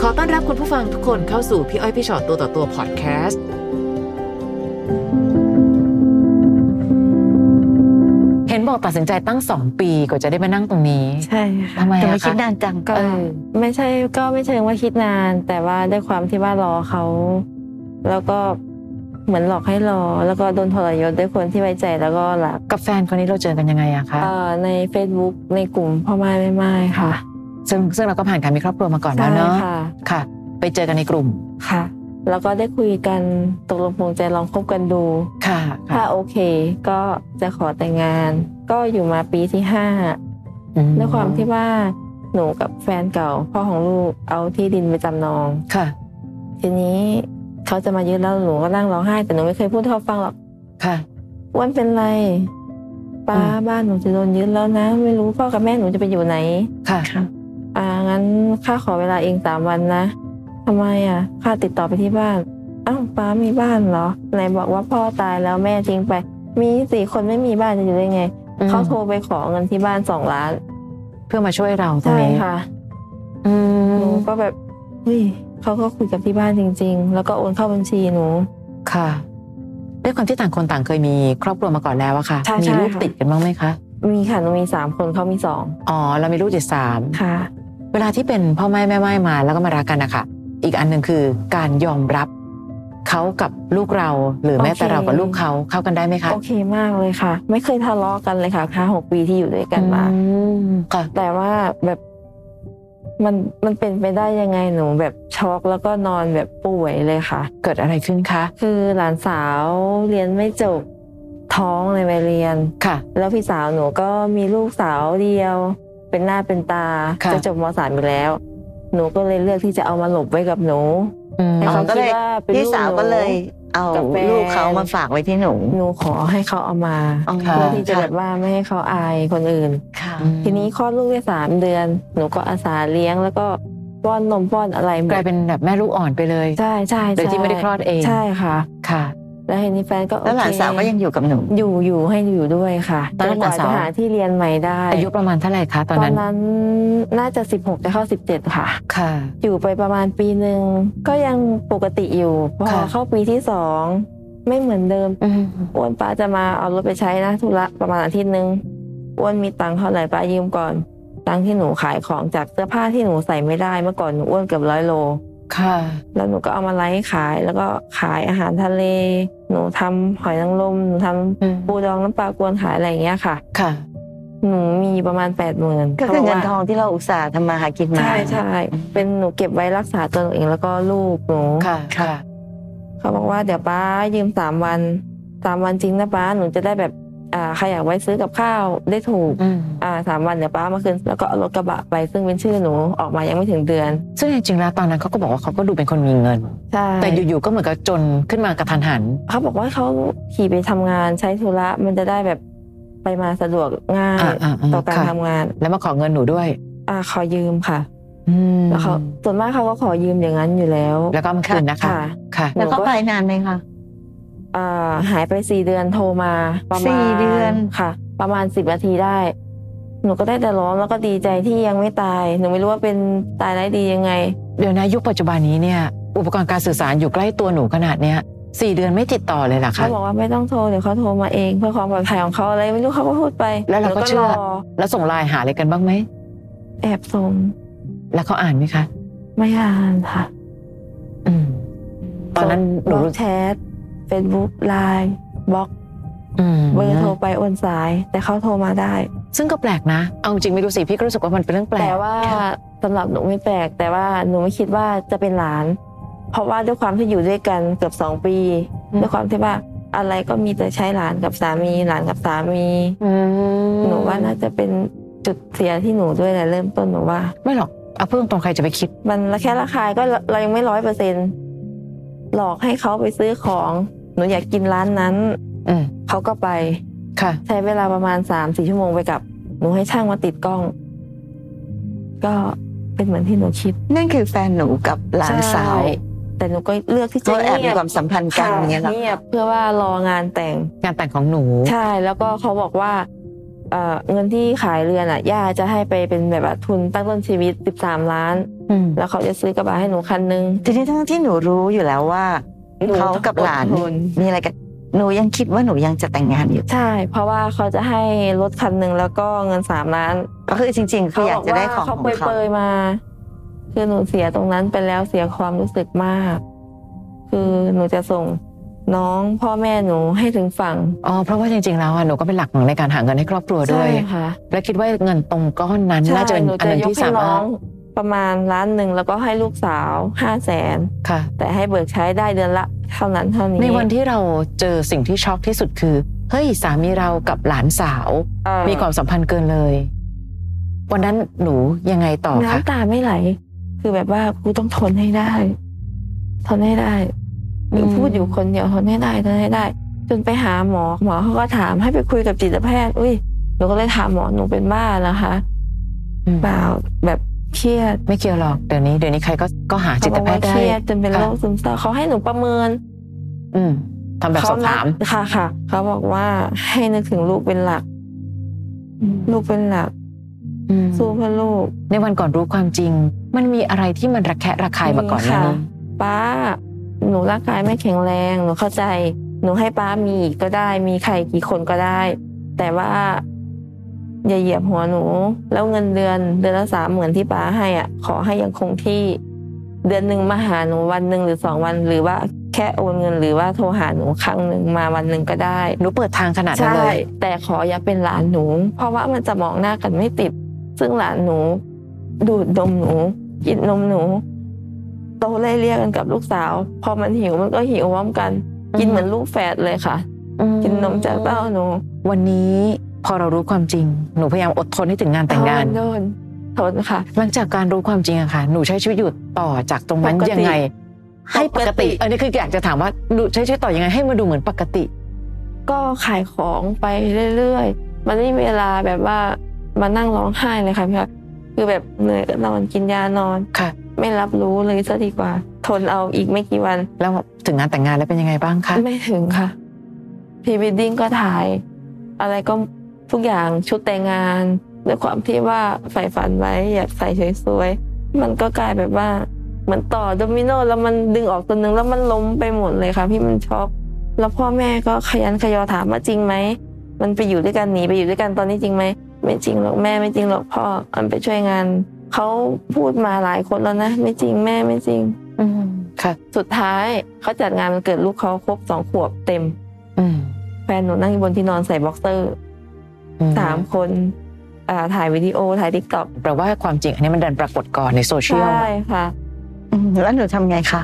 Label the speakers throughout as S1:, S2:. S1: อต้อนรับคุณผู้ฟังทุกคนเข้าสู่พี่อ้อยพี่ชอตตัวต่อตัวพอดแคสต์ เห็นบอกตัดสินใจตั้งสองปีกว่าจะได้มานั่งตรงนี้
S2: ใช่ค่ะ
S1: ทำไมอะ
S2: แต่ว่า
S1: คะ
S2: คิดนานจังก็
S1: เออ
S2: ไม่ใช่ก็ไม่เชิงว่าคิดนาน แต่ว่าด้วยความที่ว่ารอเขา แล้วก็เหมือนหลอกให้รอ แล้วก็โดนทรยศด้วยคนที่ไว้ใจแล้วก็รัก
S1: กับแฟนคนนี้เราเจอกันยังไงอะคะ
S2: เอ่อใน Facebook ในกลุ่มพ่อไม้ไม่ไม้ค่ะ
S1: ซึ่งซึ่งเราก็ผ่านการมีครอบครัวมาก่อนแล้
S2: ใช่
S1: วเนาะ
S2: ค่ะ
S1: ค่ะ ไปเจอกันในกลุ่ม
S2: ค่ะ แล้วก็ได้คุยกันตกลงปลงใจลองคบกันดู
S1: ค่ะ
S2: ถ้าโอเค ก็จะขอแต่งงาน ก็อยู่มาปีที่ห้า
S1: อื
S2: ด้วยความที่ว่าหนูกับแฟนเก่า พ่อของลูกเอาที่ดินไปจำนอง
S1: ค่ะ
S2: ทีนี้เขาจะมายืนแล้วหนูก็นั่งร้องไห้ แต่หนูไม่เคยพูดให้เขาฟังหรอก
S1: ค่ะ
S2: อ้วันเป็นไรป้า
S1: อืม
S2: บ้านหนูจะโดนยึดแล้วนะ ไม่รู้พ่อกับแม่หนูจะไปอยู่ไหน
S1: ค่ะ
S2: อ่างั้นข้าขอเวลาเองสามวันนะทำไมอ่ะข้าติดต่อไปที่บ้านอ้าวป้ามีบ้านเหรอไหนบอกว่าพ่อตายแล้วแม่ทิ้งไป มีสี่คนไม่มีบ้านจะอยู่ได้ไง
S1: อืม
S2: เขาโทรไปขอเงินที่บ้านสองล้าน
S1: เพื่อมาช่วยเราตรง
S2: ใช่
S1: นี้
S2: ค่ะ
S1: อื
S2: หนู
S1: ม
S2: ก็แบบเฮ้ยเขาก็คุยกับที่บ้านจริง ๆ แล้วก็โอนเข้าบัญชีหนู
S1: ค่ะด้วยความที่ต่างคนต่างเคยมีครอบครัวมาก่อนแล้วอะค่ะ
S2: ใช่
S1: มี
S2: ใช่
S1: ลูก
S2: ค่ะ
S1: ติดกันบ้างไหมคะ
S2: มีค่ะหนูมีสามคนเขามีสอง
S1: อ๋อเรามีลูกติดสาม
S2: ค่ะ
S1: เวลาที่เป็นพ่อแม่แม่ไม้มาแล้วก็มารักกันนะคะอีกอันหนึ่งคือการยอมรับเขากับลูกเราหรือแม้
S2: โอเค
S1: แต่เรากับลูกเขาเข้ากันได้ไหมคะ
S2: โอเคมากเลยค่ะ ไม่เคยทะเลาะกันเลยค่ะค้าหกปีที่อยู่ด้วยกันมา
S1: อืมค่ะ
S2: แต่ว่าแบบมันมันเป็นไปได้ยังไงหนู แบบช็อกแล้วก็นอนแบบป่วยเลยค่ะ
S1: เกิดอะไรขึ้นคะ
S2: คือหลานสาวเรียนไม่จบท้องเลยไปเรียน
S1: ค่ะ
S2: แล้วพี่สาวหนูก็มีลูกสาวเดียว เป็นหน้าเป็นตา
S1: ค่ะ
S2: จะจบมสามอีกแล้ว หนูก็เลยเลือกที่จะเอามาหลบไว้กับหนู
S1: อืม
S2: ให้
S3: อ๋อ
S2: เขา
S3: ก็
S2: คิ
S3: เล
S2: ด
S3: ย
S2: ว่าเป็น
S3: พี่
S2: ลูก
S3: สาว
S2: หนู
S3: ก็เลยเอา
S2: กับแฟน
S3: ลูกเขามาฝากไว้ที่หนู
S2: หนูขอให้เขาเอามา
S3: อ๋อ
S2: เพื่อที่จะแบบว่าไม่ให้เขาอายคนอื่น
S3: ค่ะ
S1: อืม
S2: ทีนี้คลอดลูกได้สามเดือน หนูก็อาสาเลี้ยงแล้วก็ป้อนนมป้อนอะไรหม
S1: กลา
S2: ด
S1: ยเป็นแบบแม่ลูกอ่อนไปเลย
S2: ใช่ใช่
S1: โดยที่ไม่ได้คลอดเอง
S2: ใช่ค่ะ
S1: ค่ะ
S2: แล้วเห็นนี่แฟนก็โอเค
S3: แล้วหลานสาวก็ยังอยู่กับหนู
S2: อยู่อยู่ให้อยู่ด้วยค่ะ
S1: ตอนนั้น
S2: จกว่
S1: หลานสาว
S2: จะหาที่เรียนใหม่ได้
S1: อายุประมาณเท่าไหร่คะตอนนั้น
S2: น่าจะสิบหกจะเข้าสิบเจ็ดค่ะ
S1: ค่ะ
S2: อยู่ไปประมาณปีหนึ่งก็ยังปกติอยู่พอ
S1: ค่ะ
S2: เข้าปีที่สองไม่เหมือนเดิม
S1: อืม
S2: อ้วนป้าจะมาเอารถไปใช้นะธุระประมาณอาทิตย์หนึงอ้วนมีตังค์เท่าไหร่ป้ายืมก่อน ตังค์ที่หนูขายของจากเสื้อผ้าที่หนูใส่ไม่ได้เมื่อก่อนหนูอ้วนเกือบร้อยโล
S1: ค่ะ
S2: แล้วหนูก็เอามาไลฟ์ขาย แล้วก็ขายอาหารทะเล หนูทำหอยนางรมหนูท
S1: อืม
S2: ำปูดองน้ำปลากวนขายอะไรอย่างเงี้ยค่ะ
S1: ค่ะ
S2: หนูมีประมาณแปดหมื่น
S3: ก็คือเงินทองที่เราอุตส่าห์ทำมาหากินมา
S2: ใช่ใช่เป็นหนูเก็บไว้รักษาตัวหนูเองแล้วก็ลูกหนู
S1: ค่ะค่ะ
S2: เขาบอกว่าเดี๋ยวป้ายืมสามวันสามวันจริงนะป้าหนูจะได้แบบอ่าใครอยากไว้ซื้อกับข้าวได้ถูก
S1: อืม
S2: อ่าสามวันเดี๋ยวป้าเอามาคืนแล้วก็เอารถกระบะไปซึ่งเป็นชื่อหนูออกมายังไม่ถึงเดือน
S1: ซึ่งจริงๆแล้วตอนนั้นเขาก็บอกว่าเขาก็ดูเป็นคนมีเงิน
S2: ใช่
S1: แต่อยู่ๆก็เหมือนกับจนขึ้นมากระทันหัน
S2: เขาบอกว่าเขาขี่ไปทำงานใช้ธุระมันจะได้แบบไปมาสะดวกง่าย
S1: อ่าอ่าอ่า
S2: ต่อการ
S1: ค่ะ
S2: ทำงาน
S1: แล้วมาขอเงินหนูด้วย
S2: อ่าขอยืมค่ะ
S1: อืม
S2: แล้วเขาส่วนมากเขาก็ขอยืมอย่างนั้นอยู่แล้ว
S1: แล้วก็เอามาคืนนะคะ
S2: ค่ะ
S1: ค่ะ
S3: แล้วก็
S2: หนูก็
S3: ไปนานไหมคะ
S2: อ่าหายไปสี่เดือนโทรมาประมาณ
S3: สี่เดือน
S2: ค่ะ ประมาณสิบนาทีได้ หนูก็ได้แต่ร้องแล้วก็ดีใจที่ยังไม่ตาย หนูไม่รู้ว่าเป็นตายไร้ายดียังไง
S1: เดี๋ยวนะยุคปัจจุบันนี้เนี่ย อุปกรณ์การสื่อสารอยู่ใกล้ตัวหนูขนาดเนี้ยสี่เดือนไม่ติดต่อเลยเหรอ
S2: เขา
S1: คะ
S2: บอกว่าไม่ต้องโทรเดี๋ยวเขาโทรมาเองเพื่อความปลอดภัยของเขาอะไรไม่รู้เขาก็พูดไป
S1: แล้วเรา
S2: หนู
S1: ก็เชื่อ
S2: รอ
S1: แล้วส่งไลน์หาอะไรกันบ้างไหม
S2: แอบสม
S1: แล้วเขาอ่านไหมคะ
S2: ไม่อ่านค่ะ
S1: อืม ตอนนั้นห
S2: บ
S1: นู
S2: ล็อก
S1: รู้
S2: แชทเฟซบุ๊กไลน์บล็อก
S1: ม
S2: เบอร์โทรไปโอนสาย แต่เขาโทรมาได้
S1: ซึ่งก็แปลกนะ เอาจริงไม่รู้สิพี่ก็รู้สึกว่ามันเป็นเรื่องแปลก
S2: แต่ว่าสำหรับหนูไม่แปลก แต่ว่าหนูไม่คิดว่าจะเป็นหลาน เพราะว่าด้วยความที่อยู่ด้วยกันเกือบสองปีด้วยความที่ว่าอะไรก็มีแต่ใช้หลานกับสามีหลานกับสามี
S1: อืม
S2: หนูว่าน่าจะเป็นจุดเสียที่หนูด้วยแหละเริ่มต้นหนูว่า
S1: ไม่หรอกเอาเพิ่งตรงๆใครจะไปคิด
S2: มันระแค่ระคายก็เราเรายังไม่ร้อยเปอร์เซ็นหลอกให้เขาไปซื้อของหนูอยากกินร้านนั้น
S1: อืม
S2: เขาก็ไป
S1: ค่ะ
S2: ใช้เวลาประมาณสามสี่ชั่วโมงไปกับ หนูให้ช่างมาติดกล้อง ก็เป็นเหมือนที่หนูคิด
S3: นั่นคือแฟนหนูกับหลานสาว
S2: ใช่แต่หนูก็เลือกที่จะ
S3: เขาแอบมี
S2: เงียบ
S3: ความสัมพันธ์กัน
S2: ค่ะ
S3: อย่างเงี้ยเหรอ
S2: เงียบเพื่อว่ารองานแต่ง
S1: งานแต่งของหนู
S2: ใช่แล้วก็เขาบอกว่า เอ่อเงินที่ขายเรือนอ่ะย่าจะให้ไปเป็นแบบว่าทุนตั้งต้นชีวิต 13 ล้าน
S1: อืม
S2: แล้วเขาจะซื้อกระบะให้หนูคันนึง
S3: ทีนี้ทั้งที่หนูรู้อยู่แล้วว่า
S2: หนู
S3: เขากับหลาน
S2: อดท
S3: มีอะไรกันหนูยังคิดว่าหนูยังจะแต่งงานอยู่
S2: ใช่ เพราะว่าเขาจะให้รถคันนึงแล้วก็เงินสามล้าน
S3: ก็คือจริงๆคืออยากจะได้ของ
S2: เขา
S3: ของ
S2: เป
S3: เขา
S2: เปยๆมา คือหนูเสียตรงนั้นไปแล้วเสียความรู้สึกมาก คือหนูจะส่งน้องพ่อแม่หนูให้ถึงฝั่ง
S1: อ๋อเพราะว่าจริงๆแล้วอะหนูก็เป็นหลักของในการหาเงินให้ครอบครัวด้วย
S2: ใช่ค่ะ
S1: และคิดว่าเงินตรงก้อนนั้น
S2: ใช่
S1: น่าจะเป็น
S2: หนู
S1: อันหนึ่ง
S2: ยก
S1: ที่
S2: ให้
S1: สา
S2: น้
S1: มาร
S2: อ
S1: ถ
S2: งประมาณล้านหนึ่งแล้วก็ให้ลูกสาวห้าแสน
S1: ค่ะ
S2: แต่ให้เบิกใช้ได้เดือนละ เท่านั้นเท่านี้
S1: ในวันที่เราเจอสิ่งที่ช็อกที่สุดคือเฮ้ยสามีเรากับหลานสาว
S2: เอ่อ
S1: มีความสัมพันธ์เกินเลย วันนั้นหนูยังไงต่อคะ
S2: น้ำตาไม่ไหล คือแบบว่ากูต้องทนให้ได้ ทนให้ได้หรือพูดอยู่คนเดียวทนให้ได้ทนให้ได้ จนไปหาหมอหมอเขาก็ถามให้ไปคุยกับจิตแพทย์อุ้ยหนูก็เลยถามหมอหนูเป็นบ้าแล้วคะ
S1: อืม
S2: เปล่าแบบเครียด
S1: ไม่เกี่ยวหรอกเดี๋ยวนี้เดี๋ยวนี้ใครก็ก็หาจิตแพทย์
S2: เขาบอกว่า
S1: ได้
S2: เครียดจนเป็น
S1: ค่ะ
S2: โรคซึมเศร้าเขาให้หนูประเมิน
S1: อืมทำแบบสอบถาม
S2: เขนัดค่ะค่ะ เขาบอกว่าให้นึกถึงลูกเป็นหลัก ลูกเป็นหลัก
S1: อืม
S2: สู้เพื่อลูก
S1: ในวันก่อนรู้ความจริง มันมีอะไรที่มันระแคะระคายมาก่อนหนั้าน
S2: มีค่ะ ป้า หนูร่างกายไม่แข็งแรง หนูเข้าใจ หนูให้ป้ามีอีกก็ได้ มีใครกี่คนก็ได้ แต่ว่า อย่าเหยียบหัวหนู แล้วเงินเดือน เดือนละสามหมื่นที่ป้าให้อ่ะ ขอให้ยังคงที่ เดือนหนึ่งมาหาหนูวันหนึ่งหรือสองวัน หรือว่าแค่โอนเงินหรือว่าโทรหาหนูครั้งหนึ่งมาวันหนึ่งก็ได้
S1: หนูเปิดทางขนาดนั้นเลย
S2: แต่ขออย่าเป็นหลานหนู เพราะว่ามันจะมองหน้ากันไม่ติด ซึ่งหลานหนู ดูดนมหนู กินนมหนู โตไล่เรียกกันกับลูกสาว พอมันหิวมันก็หิวพร้อมกัน กินเหมือนลูกแฝดเลยค่ะ
S1: อื
S2: กินนมจากเต้าหนู
S1: วันนี้พอเรารู้ความจริง หนูพยายามอดทนให้ถึงงานแต่งงาน
S2: โดนโดนทนค่ะ
S1: หลังจากการรู้ความจริงอะค่ะ หนูใช้ชีวิตอยู่ต่อจากตรงนั้น
S2: ปกติ
S1: ยังไง ให้ปก
S2: ปกติ
S1: ติ อันนี้คืออยากจะถามว่าหนูใช้ชีวิตต่อยังไงให้มาดูเหมือนปกติ
S2: ก็ขายของไปเรื่อยๆ มันไม่มีเวลาแบบว่ามานั่งร้องไห้เลยค่ะพี่คะคือแบบเหนื่อยก็นอนกินยานอน
S1: ค่ะ
S2: ไม่รับรู้เลยซะดีกว่า ทนเอาอีกไม่กี่วัน
S1: แล้วถึงงานแต่งงานแล้วเป็นยังไงบ้างคะ
S2: ไม่ถึงค่ะพรีวดดิ้งก็ถ่าย อะไรก็ทุกอย่างชุดแต่งงานด้วยความที่ว่าใฝ่ฝันไว้อยากใส่สวยๆมันก็กลายแบบว่าเหมือนต่อโดมิโนแล้วมันดึงออกตัวหนึงแล้วมันล้มไปหมดเลยค่ะพี่มันช็อกแล้วพ่อแม่ก็ขยันขยอถามว่าจริงไหมมันไปอยู่ด้วยกันหนีไปอยู่ด้วยกันตอนนี้จริงไหมไม่จริงหรอกแม่ไม่จริงหรอกพ่อมันไปช่วยงานเขาพูดมาหลายคนแล้วนะไม่จริงแม่ไม่จริง
S1: อืม ค่ะ
S2: สุดท้ายเขาจัดงานมันเกิดลูกเขาครบสองขวบเต็ม
S1: อืม
S2: แฟนหนูนั่งอยู่บนที่นอนใส่บ็อกเซอร์
S1: อื
S2: สามคนอ่าถ่ายวิดีโอถ่ายทิกตอก
S1: แปลว่าความจริงอันนี้มันดันปรากฏก่อนในโซเชียล
S2: ใช่ค่ะ
S3: อืมแล้วหนูทำไงคะ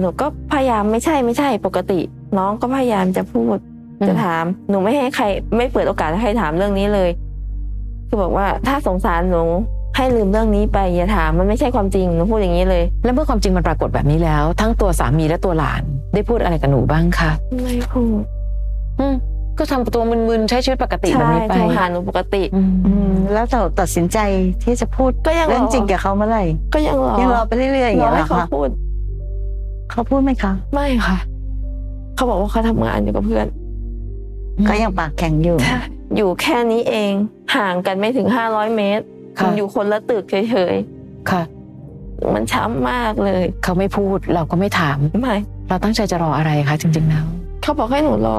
S2: หนูก็พยายามไม่ใช่ไม่ใช่ปกติ น้องก็พยายามจะพูด
S1: อืม
S2: จะถาม หนูไม่ให้ใคร ไม่เปิดโอกาสให้ใครถามเรื่องนี้เลย คือบอกว่าถ้าสงสารหนูให้ลืมเรื่องนี้ไปอย่าถามมันไม่ใช่ความจริงหนูพูดอย่างนี้เลย
S1: และเมื่อความจริงมันปรากฏแบบนี้แล้ว ทั้งตัวสามีและตัวหลาน ได้พูดอะไรกับหนูบ้างคะ
S2: ไม่พูด
S1: อืม ก็ทำตัวมึนๆใช้ชีวิตปกติแบบ
S2: ใช่
S1: นี้ไป
S2: โทรหาหนูปกติ
S1: อืม
S3: อืมแล้วเราตัดสินใจที่จะพูด
S2: ก็ยัง
S3: เรื่องจริงกับเขาเมื่อไหร่
S2: ก็ยังรอ
S3: ยังรอไปเรื่อยๆอย่าง
S2: ร
S3: เงี้
S2: อย
S3: เหร
S2: ให้
S3: อ
S2: เขา
S3: คะ
S2: พูด
S3: เขาพูดไหมคะ
S2: ไม่ค่ะ เขาบอกว่าเขาทำงานอยู่กับเพื่อน
S3: ก็ยังปากแข็งอยู่
S2: อยู่แค่นี้เอง ห่างกันไม่ถึง 500 เมตร
S1: ค่ะ
S2: มันอยู่คนละตึกเฉย
S1: ค่ะ
S2: ๆ มันช้ำมากเลย
S1: เขาไม่พูดเราก็ไม่ถาม
S2: ไม่
S1: เราตั้งใจจะรออะไรคะจริงๆแล้ว
S2: เขาบอกให้หนูรอ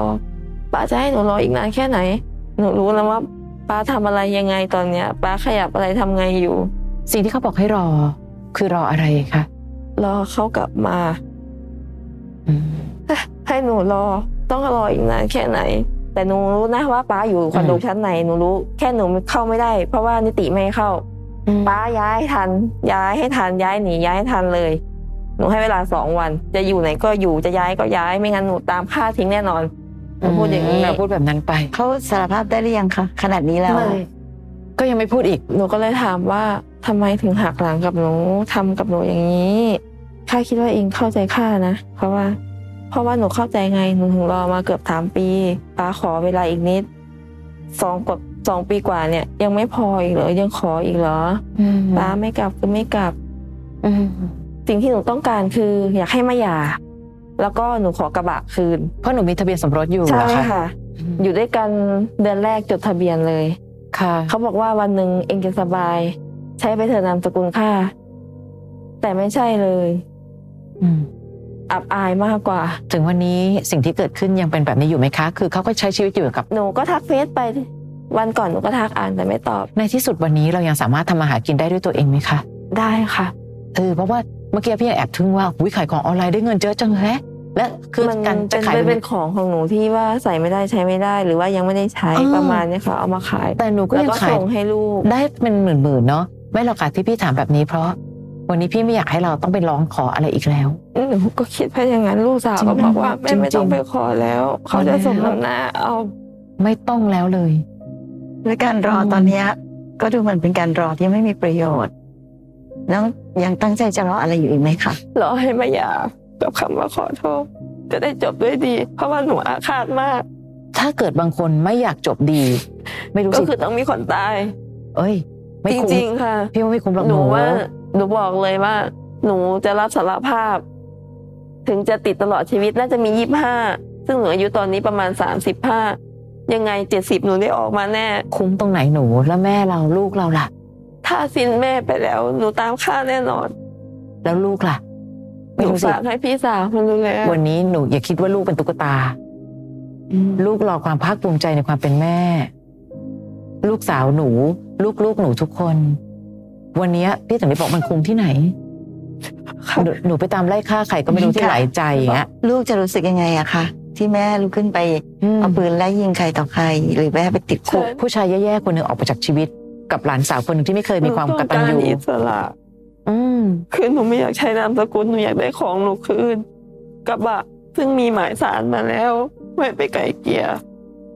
S2: ป้าจะให้หนูรออีกนานแค่ไหน หนูรู้แล้วว่า ป้าทำอะไรยังไงตอนเนี้ย ป้าขยับอะไรทำไงอยู่
S1: สิ่งที่เขาบอกให้รอ คือรออะไรคะ
S2: รอเขากลับมา
S1: อืม
S2: ให้หนูรอ ต้องรออีกนานแค่ไหน แต่หนูรู้นะว่าป้าอยู่คอนโด
S1: อืม
S2: ชั้นไหน หนูรู้ แค่หนูเข้าไม่ได้ เพราะว่านิติไม่ให้เข้า ป้าย้ายทัน ย้ายให้ทันย้ายหนีย้ายให้ทันเลย หนูให้เวลาสองวัน จะอยู่ไหนก็อยู่จะย้ายก็ย้ายไม่งั้นหนูตามฆ่าทิ้งแน่นอนหนูพูดอย่างนี้
S1: เราพูดแบบนั้นไป
S3: เขาสารภาพได้หรือยังคะขนาดนี้แล้ว
S2: ไม่
S1: ก็ยังไม่พูดอีก
S2: หนูก็เลยถามว่าทำไมถึงหักหลังกับหนูทำกับหนูอย่างนี้ข้าคิดว่าเองเข้าใจข้านะเพราะว่า เพราะว่าหนูเข้าใจไงหนูถึงรอมาเกือบสามปีป้าขอเวลาอีกนิดสองกว่าสองปีกว่าเนี่ย ยังไม่พออีกเหรอยังขออีกเหรอป้าไม่กลับก็ไม่กลับ
S1: อืม
S2: สิ่งที่หนูต้องการคืออยากให้มาหย่า แล้วก็หนูขอกระบะคืน
S1: เพราะหนูมีทะเบียนสมรสอยู่
S2: ใช่
S1: เหรอคะ
S2: ค่ะ
S1: ห
S2: อ
S1: ยุด
S2: ยู่ด้วยกันเดือนแรกจดทะเบียนเลย
S1: ค่ะ
S2: เขาบอกว่าวันหนึ่งเองจะสบาย ใช้ไปเถอะนามสกุลข้าแต่ไม่ใช่เลย
S1: อืม
S2: อับอายมากกว่า
S1: ถึงวันนี้สิ่งที่เกิดขึ้นยังเป็นแบบนี้อยู่ไหมคะ คือเขาก็ใช้ชีวิตอยู่กับ
S2: หนูก็ทักเฟซไป วันก่อนหนูก็ทักอ่านแต่ไม่ตอบ
S1: ในที่สุดวันนี้เรายังสามารถทำมาหากินได้ด้วยตัวเองไหมคะ
S2: ได้ค่ะ
S1: เออ เพราะว่าเมื่อกี้พี่แอบทึ่งว่าวิขายของออนไลน์ได้เงินเยอะจังแฮะ และคือ
S2: มัน
S1: การ
S2: เป็
S1: จะ
S2: น
S1: ขาย
S2: มันเป็นของของหนูที่ว่าใส่ไม่ได้ใช้ไม่ได้ หรือว่ายังไม่ได้ใช้
S1: อ่า
S2: ประมาณเนี้ยค่ะเอามาขาย
S1: แต่หนูก็
S2: แล้ว
S1: ยัง
S2: ก็
S1: ขาย
S2: ส่งให้ลูก
S1: ได้เป็นหมื่นๆเนาะไม่หรอกค่ะที่พี่ถามแบบนี้เพราะ วันนี้พี่ไม่อยากให้เราต้องไปร้องขออะไรอีกแล้ว
S2: หนูก็คิดไปอย่างนั้นลูกสาวก็บอกว่าแม่
S1: จริงๆ
S2: ไม่ต้องไปขอแล้ว เขาจะสม
S1: เอาแล้ว
S2: น้ำหน้าเอา
S1: ไม่ต้องแล้วเลย
S3: ด้วยการรอ
S1: อืม
S3: ตอนเนี้ยก็ดูเหมันเป็นการรอที่ไม่มีประโยชน์ แล้วยังตั้งใจจะรออะไรอยู่อีกไหมคะ
S2: รอให้มาหยากับคำว่าขอโทษจะได้จบด้วยดี เพราะว่าหนูอาฆาตมาก
S1: ถ้าเกิดบางคนไม่อยากจบดี ไม่รู้
S2: ก็
S1: สิ
S2: คือต้องมีคนตาย
S1: เอ้ย ไม่
S2: จ
S1: คุ้ม
S2: ริง ๆ ค่ะ
S1: พี่ว่าไม่คุ้มหรอก
S2: ห
S1: ห
S2: นู
S1: นู
S2: ว่าหนูบอกเลยว่า หนูจะรับสารภาพ ถึงจะติดตลอดชีวิตน่าจะมียี่ห้าซึ่งหนูอายุตอนนี้ประมาณสามสิบห้ายังไงเจ็ดสิบหนูได้ออกมาแน่
S1: คุ้มตรงไหนหนูแล้วแม่เราลูกเราล่ะ
S2: ถ้าสิ้นแม่ไปแล้ว หนูตามฆ่าแน่นอน
S1: แล้วลูกล่ะ
S2: ห
S1: ไม่
S2: นู
S1: รู้สิ
S2: ฝากให้พี่สาวมันดูแล
S1: วันนี้หนูอย่าคิดว่าลูกเป็นตุ๊กตา ลูกรอความภาคภูมิใจในความเป็นแม่ ลูกสาวหนู ลูกๆหนูทุกคน วันนี้พี่ถึงได้บอกมันคุ้มที่ไหน
S2: ค่ะ
S1: หนูหนูไปตามไล่ฆ่าใครก็ไม่รู้ที่
S3: ค่ะ
S1: หลายใจอย่างเงี้ย
S3: ลูกจะรู้สึกยังไงอะคะที่แม่ลุกขึ้นไป
S1: อื
S3: เอา
S1: ม
S3: ปืนไล่ยิงใครต่อใคร หรือแม่ไปติดคุก
S2: ใช่
S1: ผู้ชายแย่ๆคนหนึ่งออกไปจากชีวิต กับหลานสาวคนหนึ่งที่ไม่เคยมีความกตัญญู
S2: หนูต้องารอิสระ
S1: อืม
S2: คือหนูไม่อยากใช้นามสกุลหนูอยากได้ของหนูคืนกระบะ ซึ่งมีหมายสารมาแล้วไม่ไปไกลเกลี่ย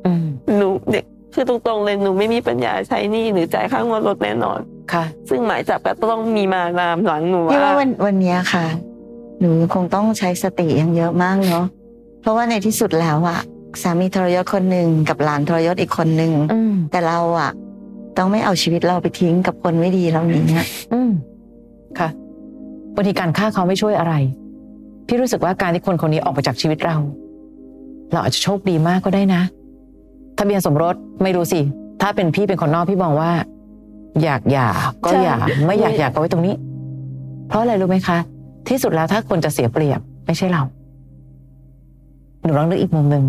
S1: อืม
S2: หนูเด็กคือตรงๆเลยหนูไม่มีปัญญาใช้หนี้หรือจ่ายค่างวดรถแน่นอน
S1: ค่ะ
S2: ซึ่งหมายจับก็ต้องมีมานามหลังหนู
S3: พี่ว่า
S2: ว่า
S3: วันวันเนี้ยค่ะ หนูคงต้องใช้สติยังเยอะมากเนาะเพราะว่าในที่สุดแล้วอะสามีทรยศคนหนึ่งกับหลานทรยศอีกคนหนึ่ง
S1: อืม
S3: แต่เราอะต้องไม่เอาชีวิตเราไปทิ้งกับคนไม่ดีเหล่านี้นะ
S1: อืมค่ะบางทีการฆ่าเขาไม่ช่วยอะไร พี่รู้สึกว่าการที่คนคนนี้ออกไปจากชีวิตเรา เราอาจจะโชคดีมากก็ได้นะ ทะเบียนสมรสไม่รู้สิ ถ้าเป็นพี่เป็นคนนอกพี่มองว่า อยากหย่าก็หย่าไม่อยากหย่าก็ไว้ตรงนี้ เพราะอะไรรู้ไหมคะ ที่สุดแล้วถ้าคนจะเสียเปรียบ ไม่ใช่เรา หนูลองนึกอีกมุมหนึ่ง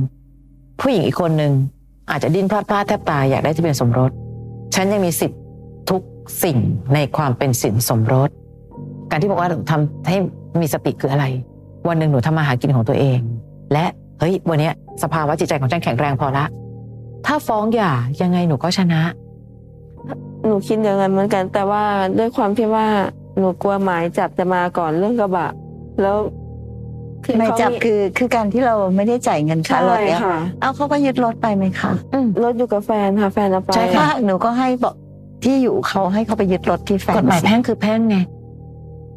S1: ผู้หญิงอีกคนหนึ่งอาจจะดิ้นพลาดพลาดแทบตายอยากได้ทะเบียนสมรส ฉันยังมีสิทธิ์ทุกสิ่งในความเป็นสินสมรส การที่บอกว่าทำให้มีสติคืออะไร วันหนึ่งหนูทำมาหากินของตัวเอง และเฮ้ยวันเนี้ยสภาวะจิตใจของฉันแข็งแรงพอละ ถ้าฟ้องหย่ายังไงหนูก็ชนะ
S2: หนูคิดอย่างนั้นเหมือนกัน แต่ว่าด้วยความที่ว่าหนูกลัวหมายจับจะมาก่อนเรื่องกระบะ แล้ว
S3: หมายจับ
S2: เขา
S3: คือคือการที่เราไม่ได้จ่ายเงินค่า
S2: ใช่
S3: รถเนี่ย
S2: ค่ะ
S3: เอาเขาก็ยึดรถไปไหมคะ
S2: รถอยู่กับแฟนค่ะแฟนเอาไป
S1: ใช่ค่ะ
S3: ถ้าหนูก็ให้บอกที่อยู่เขาให้เขาไปยึดรถที่แฟน
S1: กฎหมายแพ่งคือแพ่งไง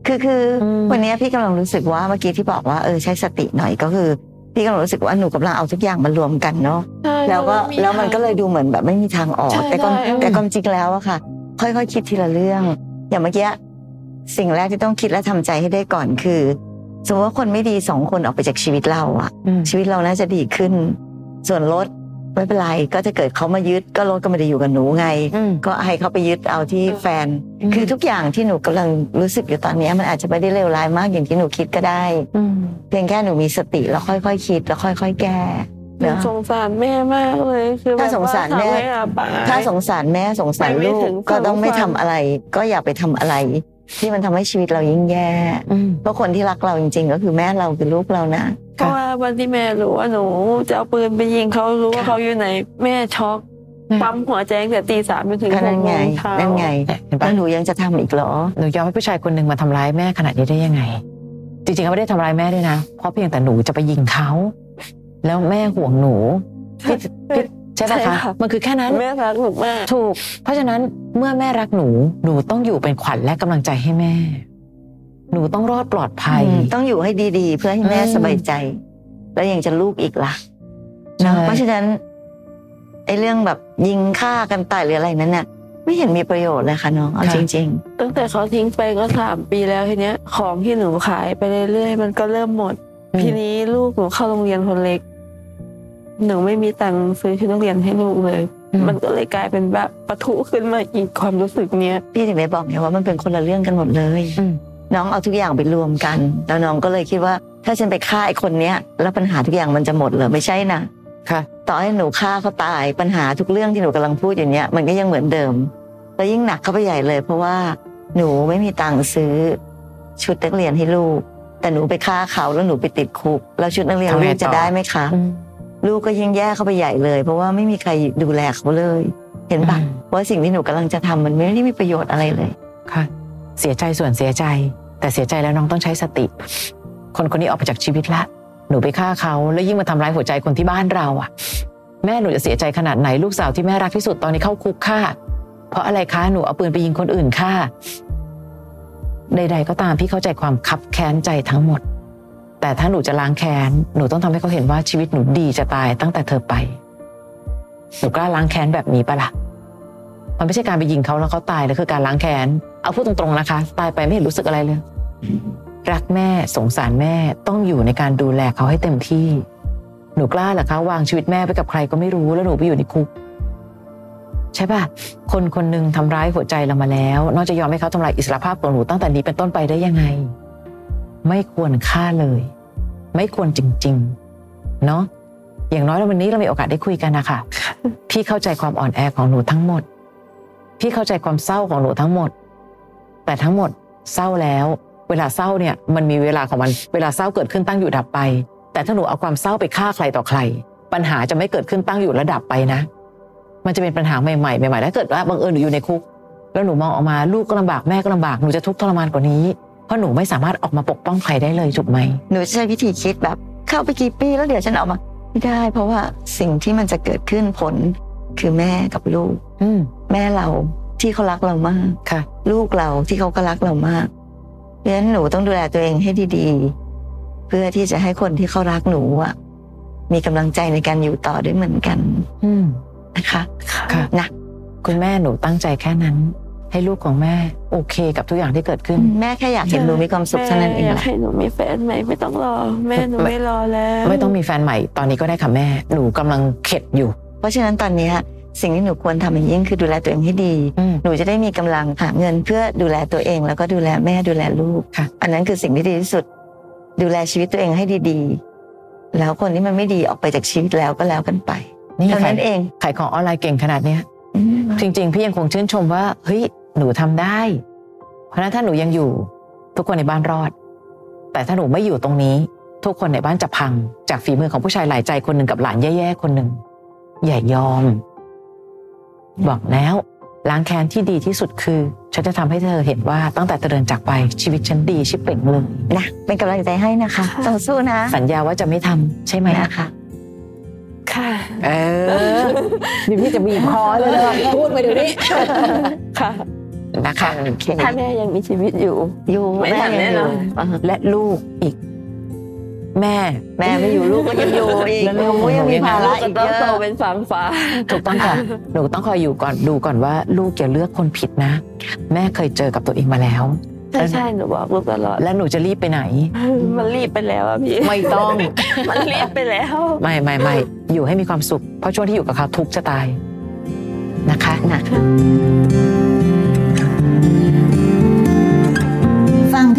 S3: คือคืออ
S1: ม
S3: วันเนี้ยพี่กำลังรู้สึกว่าเมื่อกี้ที่บอกว่าเออใช้สติหน่อยก็คือ พี่กำลังรู้สึกว่าหนูกำลังเอาทุกอย่างมารวมกันเนาะ
S2: ใช่
S3: แล้วก็
S2: ไ
S3: แล้วมันก็เลยดูเหมือนแบบไม่มีทางออก
S2: ใช่
S3: แต่ก็
S2: ใช่
S3: แต่ความจริงแล้วอะค่ะ ค่อยๆคิดทีละเรื่อง อย่างเมื่อกี้สิ่งแรกที่ต้องคิดและทำใจให้ได้ก่อนคือ สมมติว่าคนไม่ดีสองคนออกไปจากชีวิตเราอะชีวิตเราน่าจะดีขึ้น ส่วนรถไม่เป็นไรก็ถ้าเกิดเขามายึดก็รถก็ไม่ได้อยู่กับหนูไง
S1: อืม
S3: ก็ให้เขาไปยึดเอาที่แฟน
S1: อืม
S3: คือทุกอย่างที่หนูกำลังรู้สึกอยู่ตอนเนี้ยมันอาจจะไม่ได้เลวร้ายมากอย่างที่หนูคิดก็ได้
S1: อืม
S3: เพียงแค่หนูมีสติแล้วค่อยๆคิดแล้วค่อย ๆ แก้
S2: หนู
S3: เนาะ
S2: สงสารแม่มากเลย คือแบบ
S3: ถ้าสงสารแม่
S2: ว่ทำให้อาปาย
S3: ถ้าสงสารแม่สงสาร
S2: ไปไม่
S3: ลูก
S2: ถึง
S3: ก็ต้องไม่
S2: ค
S3: ทำ
S2: วาม
S3: อะไร ก็อย่าไปทำอะไร ที่มันทำให้ชีวิตเรายิ่งแย่
S1: อืม
S3: เพราะคนที่รักเราจริงๆ ก็คือแม่เราคือลูกเรานะ
S2: เพราะว่าวันที่แม่รู้ว่าหนูจะเอาปืนไปยิงเขารู้ว่าเขาอยู่ไหน แม่ช็อก
S1: อืม
S2: ปั๊มหัวใจตั้งแต่ตีสามจนถึง
S3: ก็
S2: ห
S3: นั่
S2: ก
S3: น
S2: โม
S3: ไง
S2: งเช้า
S3: นั่นไง
S1: เห็น
S3: แล้
S1: ปะ
S3: วหนูยังจะทำอีกเหรอ
S1: หนูยอมให้ผู้ชายคนหนึ่งมาทำร้ายแม่ขนาดนี้ได้ยังไง จริงๆเขาไม่ได้ทำร้ายแม่ด้วยนะ เพราะเพียงแต่หนูจะไปยิงเขา แล้วแม่ห่วงหนูพี่พี่ใช่ปะ
S2: ใช่
S1: คะ
S2: ค่ะ
S1: มันคือแค่นั้น
S2: แม่รักหนูมาก
S1: ถูก เพราะฉะนั้นเมื่อแม่รักหนู หนูต้องอยู่เป็นขวัญและกำลังใจให้แม่ หนูต้องรอดปลอดภัย
S3: ต้องอยู่ให้ดีๆ เพื่อให้แม่
S1: อืม
S3: สบายใจ แล้วยังจะลูกอีกล่ะเนอะ
S1: ใช่
S3: เพราะฉะนั้นไอ้เรื่องแบบยิงฆ่ากันตายหรืออะไรนั้นน่ะ ไม่เห็นมีประโยชน์เลยค่ะน้องเอาจริง ๆ
S2: ตั้งแต่เขาทิ้งไปก็สามปีแล้วทีเนี้ย ของที่หนูขายไปเรื่อยๆมันก็เริ่มหมด
S1: อืม
S2: ทีนี้ลูกหนูเข้าโรงเรียนคนเล็ก หนูไม่มีตังค์ซื้อชุดนักเรียนให้ลูกเลย
S1: อืม
S2: มันก็เลยกลายเป็นแบบปะทุขึ้นมาอีกความรู้สึกเนี้ย
S3: พี่ถึงได้บอกไงว่ามันเป็นคนละเรื่องกันหมดเลย
S1: อืม
S3: น้องเอาทุกอย่างไปรวมกัน แล้วน้องก็เลยคิดว่า ถ้าฉันไปฆ่าไอ้คนเนี้ย แล้วปัญหาทุกอย่างมันจะหมดเหรอไม่ใช่นะ
S1: ค่ะ
S3: ต่อให้หนูฆ่าเขาตายปัญหาทุกเรื่องที่หนูกำลังพูดอยู่เนี้ยมันก็ยังเหมือนเดิมแล้วยิ่งหนักเข้าไปใหญ่เลย เพราะว่าหนูไม่มีตังค์ซื้อ ชุดนักเรียนให้ลูก แต่หนูไปฆ่าเขาแล้วหนูไปติดคุก แล้วชุดนักเรียนลูกจะได้ไหมคะ
S1: อืม
S3: ลูกก็ยิ่งแย่เข้าไปใหญ่เลย เพราะว่าไม่มีใครดูแลเขาเลย เห็นปะ
S1: อืม
S3: ว่าสิ่งที่หนูกำลังจะทำมันไม่ได้มีประโยชน์อะไรเลย
S1: ค่ะ เสียใจส่วนเสียใจ แต่เสียใจแล้วน้องต้องใช้สติ คนคนนี้ออกไปจากชีวิตละ หนูไปฆ่าเขาแล้วยิ่งมาทำร้ายหัวใจคนที่บ้านเราอ่ะ แม่หนูจะเสียใจขนาดไหนลูกสาวที่แม่รักที่สุดตอนนี้เข้าคุกค่ะ เพราะอะไรคะหนูเอาปืนไปยิงคนอื่นค่ะ ใด ๆ ก็ตามพี่เข้าใจความคับแค้นใจทั้งหมด แต่ถ้าหนูจะล้างแค้นหนูต้องทำให้เขาเห็นว่าชีวิตหนูดีจะตายตั้งแต่เธอไป หนูกล้าล้างแค้นแบบนี้ปะล่ะ มันไม่ใช่การไปยิงเขาแล้วเขาตายแล้วคือการล้างแค้น เอาพูดตรงๆนะคะ ตายไปไม่เห็นรู้สึกอะไรเลย รักแม่สงสารแม่ต้องอยู่ในการดูแลเขาให้เต็มที่ หนูกล้าเหรอคะวางชีวิตแม่ไปกับใครก็ไม่รู้แล้วหนูไปอยู่ในคุก ใช่ป่ะ คนคนหนึ่งทำร้ายหัวใจเรามาแล้ว นอกจะยอมให้เขาทำลายอิสรภาพของหนูตั้งแต่นี้เป็นต้นไปได้ยังไง ไม่ควรฆ่าเลย ไม่ควรจริง ๆ เนาะอย่างน้อยวันนี้เรามีโอกาสได้คุยกันนะคะพี่เข้าใจความอ่อนแอของหนูทั้งหมด พี่เข้าใจความเศร้าของหนูทั้งหมด แต่ทั้งหมดเศร้าแล้ว เวลาเศร้าเนี่ยมันมีเวลาของมันเวลาเศร้าเกิดขึ้นตั้งอยู่ดับไป แต่ถ้าหนูเอาความเศร้าไปฆ่าใครต่อใคร ปัญหาจะไม่เกิดขึ้นตั้งอยู่และดับไปนะ มันจะเป็นปัญหาใหม่ๆใหม่ๆถ้าเกิดว่าบังเอิญหนูอยู่ในคุก แล้วหนูมองออกมาลูกก็ลำบากแม่ก็ลำบากหนูจะทุกข์ทรมานกว่านี้เพราะหนูไม่สามารถออกมาปกป้องใครได้เลยถูกไหม
S3: หนูจะใช้วิธีคิดแบบเข้าไปกี่ปีแล้วเดี๋ยวฉันออกมาไม่ได้ เพราะว่าสิ่งที่มันจะเกิดขึ้นผลคือแม่กับลูก
S1: อืม
S3: แม่เราที่เขารักเรามาก
S1: ค่ะ
S3: ลูกเราที่เขาก็รักเรามากเพราะฉะนั้นหนูต้องดูแลตัวเองให้ดีๆ เพื่อที่จะให้คนที่เขารักหนูอะมีกำลังใจในการอยู่ต่อด้วยเหมือนกัน
S1: อืม
S3: นะคะ
S1: ค่ะ
S3: นะ
S1: คุณแม่หนูตั้งใจแค่นั้น ให้ลูกของแม่โอเคกับทุกอย่างที่เกิดขึ้น
S3: แม่แค่อยากเห็นหนูมีความสุขเท่านั้นเอง
S2: แม่ยาก
S3: แหละ
S2: ให้หนูมีแฟนใหม่ไม่ต้องรอ แม่หนู
S1: ไม่
S2: ไม่รอแล้ว
S1: ไม่ต้องมีแฟนใหม่ตอนนี้ก็ได้ค่ะแม่หนูกำลังเข็ดอยู่
S3: เพราะฉะนั้นตอนเนี้ยสิ่งที่หนูควรทำอย่างยิ่งคือดูแลตัวเองให้ดี
S1: อืม
S3: หนูจะได้มีกำลังหาเงินเพื่อดูแลตัวเอง แล้วก็ดูแลแม่ดูแลลูก
S1: ค่ะ
S3: อันนั้นคือสิ่งที่ดีที่สุด ดูแลชีวิตตัวเองให้ดีๆ แล้วคนที่มันไม่ดีออกไปจากชีวิตแล้วก็แล้วกันไป
S1: นี่
S3: เท่า
S1: ค่ะ
S3: นั้นเอง
S1: ขายของออนไลน์เก่งขนาดเนี้ย
S3: อืม
S1: จริงๆ พี่ยังคงชื่นชมว่าเฮ้ยหนูทำได้ เพราะฉะนั้นถ้าหนูยังอยู่ ทุกคนในบ้านรอด แต่ถ้าหนูไม่อยู่ตรงนี้ ทุกคนในบ้านจะพัง จากฝีมือของผู้ชายหลายใจคนหนึ่งกับหลานแย่ๆคนหนึ่งอย่ายอม บอกแล้วล้างแค้นที่ดีที่สุดคือ ฉันจะทำให้เธอเห็นว่าตั้งแต่เธอเดินจากไปชีวิตฉันดีชิบเป่งเลย
S3: นะเป็นกำลังใจให้นะคะต้องสู้นะ
S1: สัญญาว่าจะไม่ทำใช่ไหม
S3: นะคะ
S2: ค่ะ
S1: เออนี่พี่จะบีบคอเลยนะพูดไปเดี๋ยวนี้
S2: ค่ะ
S1: นะคะ
S2: ถ้าแม่ยังมีชีวิตอยู่
S3: อยู่
S2: ไม่ทัน
S3: ยัง
S2: แน่นอน
S3: อ่าฮะ
S1: และลูกอีก แม่
S3: แม่ไม่อยู่ลูกก็ยังอยู่อีก
S1: แล้วลูก
S3: โอ้ยยังมีภาระ
S2: ก็
S3: อีก
S2: ต้
S3: เย
S2: องโต
S3: อะ
S2: เป็นฝังฟ้า
S1: ถูกต้องค่ะ หนูต้องคอยอยู่ก่อนดูก่อนว่า ลูกอย่าเลือกคนผิดนะ แม่เคยเจอกับตัวเองมาแล้ว
S2: ใช่ใช่หนูบอกลูกตลอด
S1: และหนูจะรีบไปไหน
S2: มันรีบไปแล้วอะพี่
S1: ไม่ต้อง
S2: มันรีบไปแล้ว
S1: ไม่ไม่ไม่อยู่ให้มีความสุข เพราะช่วงที่อยู่กับเขาทุกข์จะตายนะคะ
S3: นะฟังพ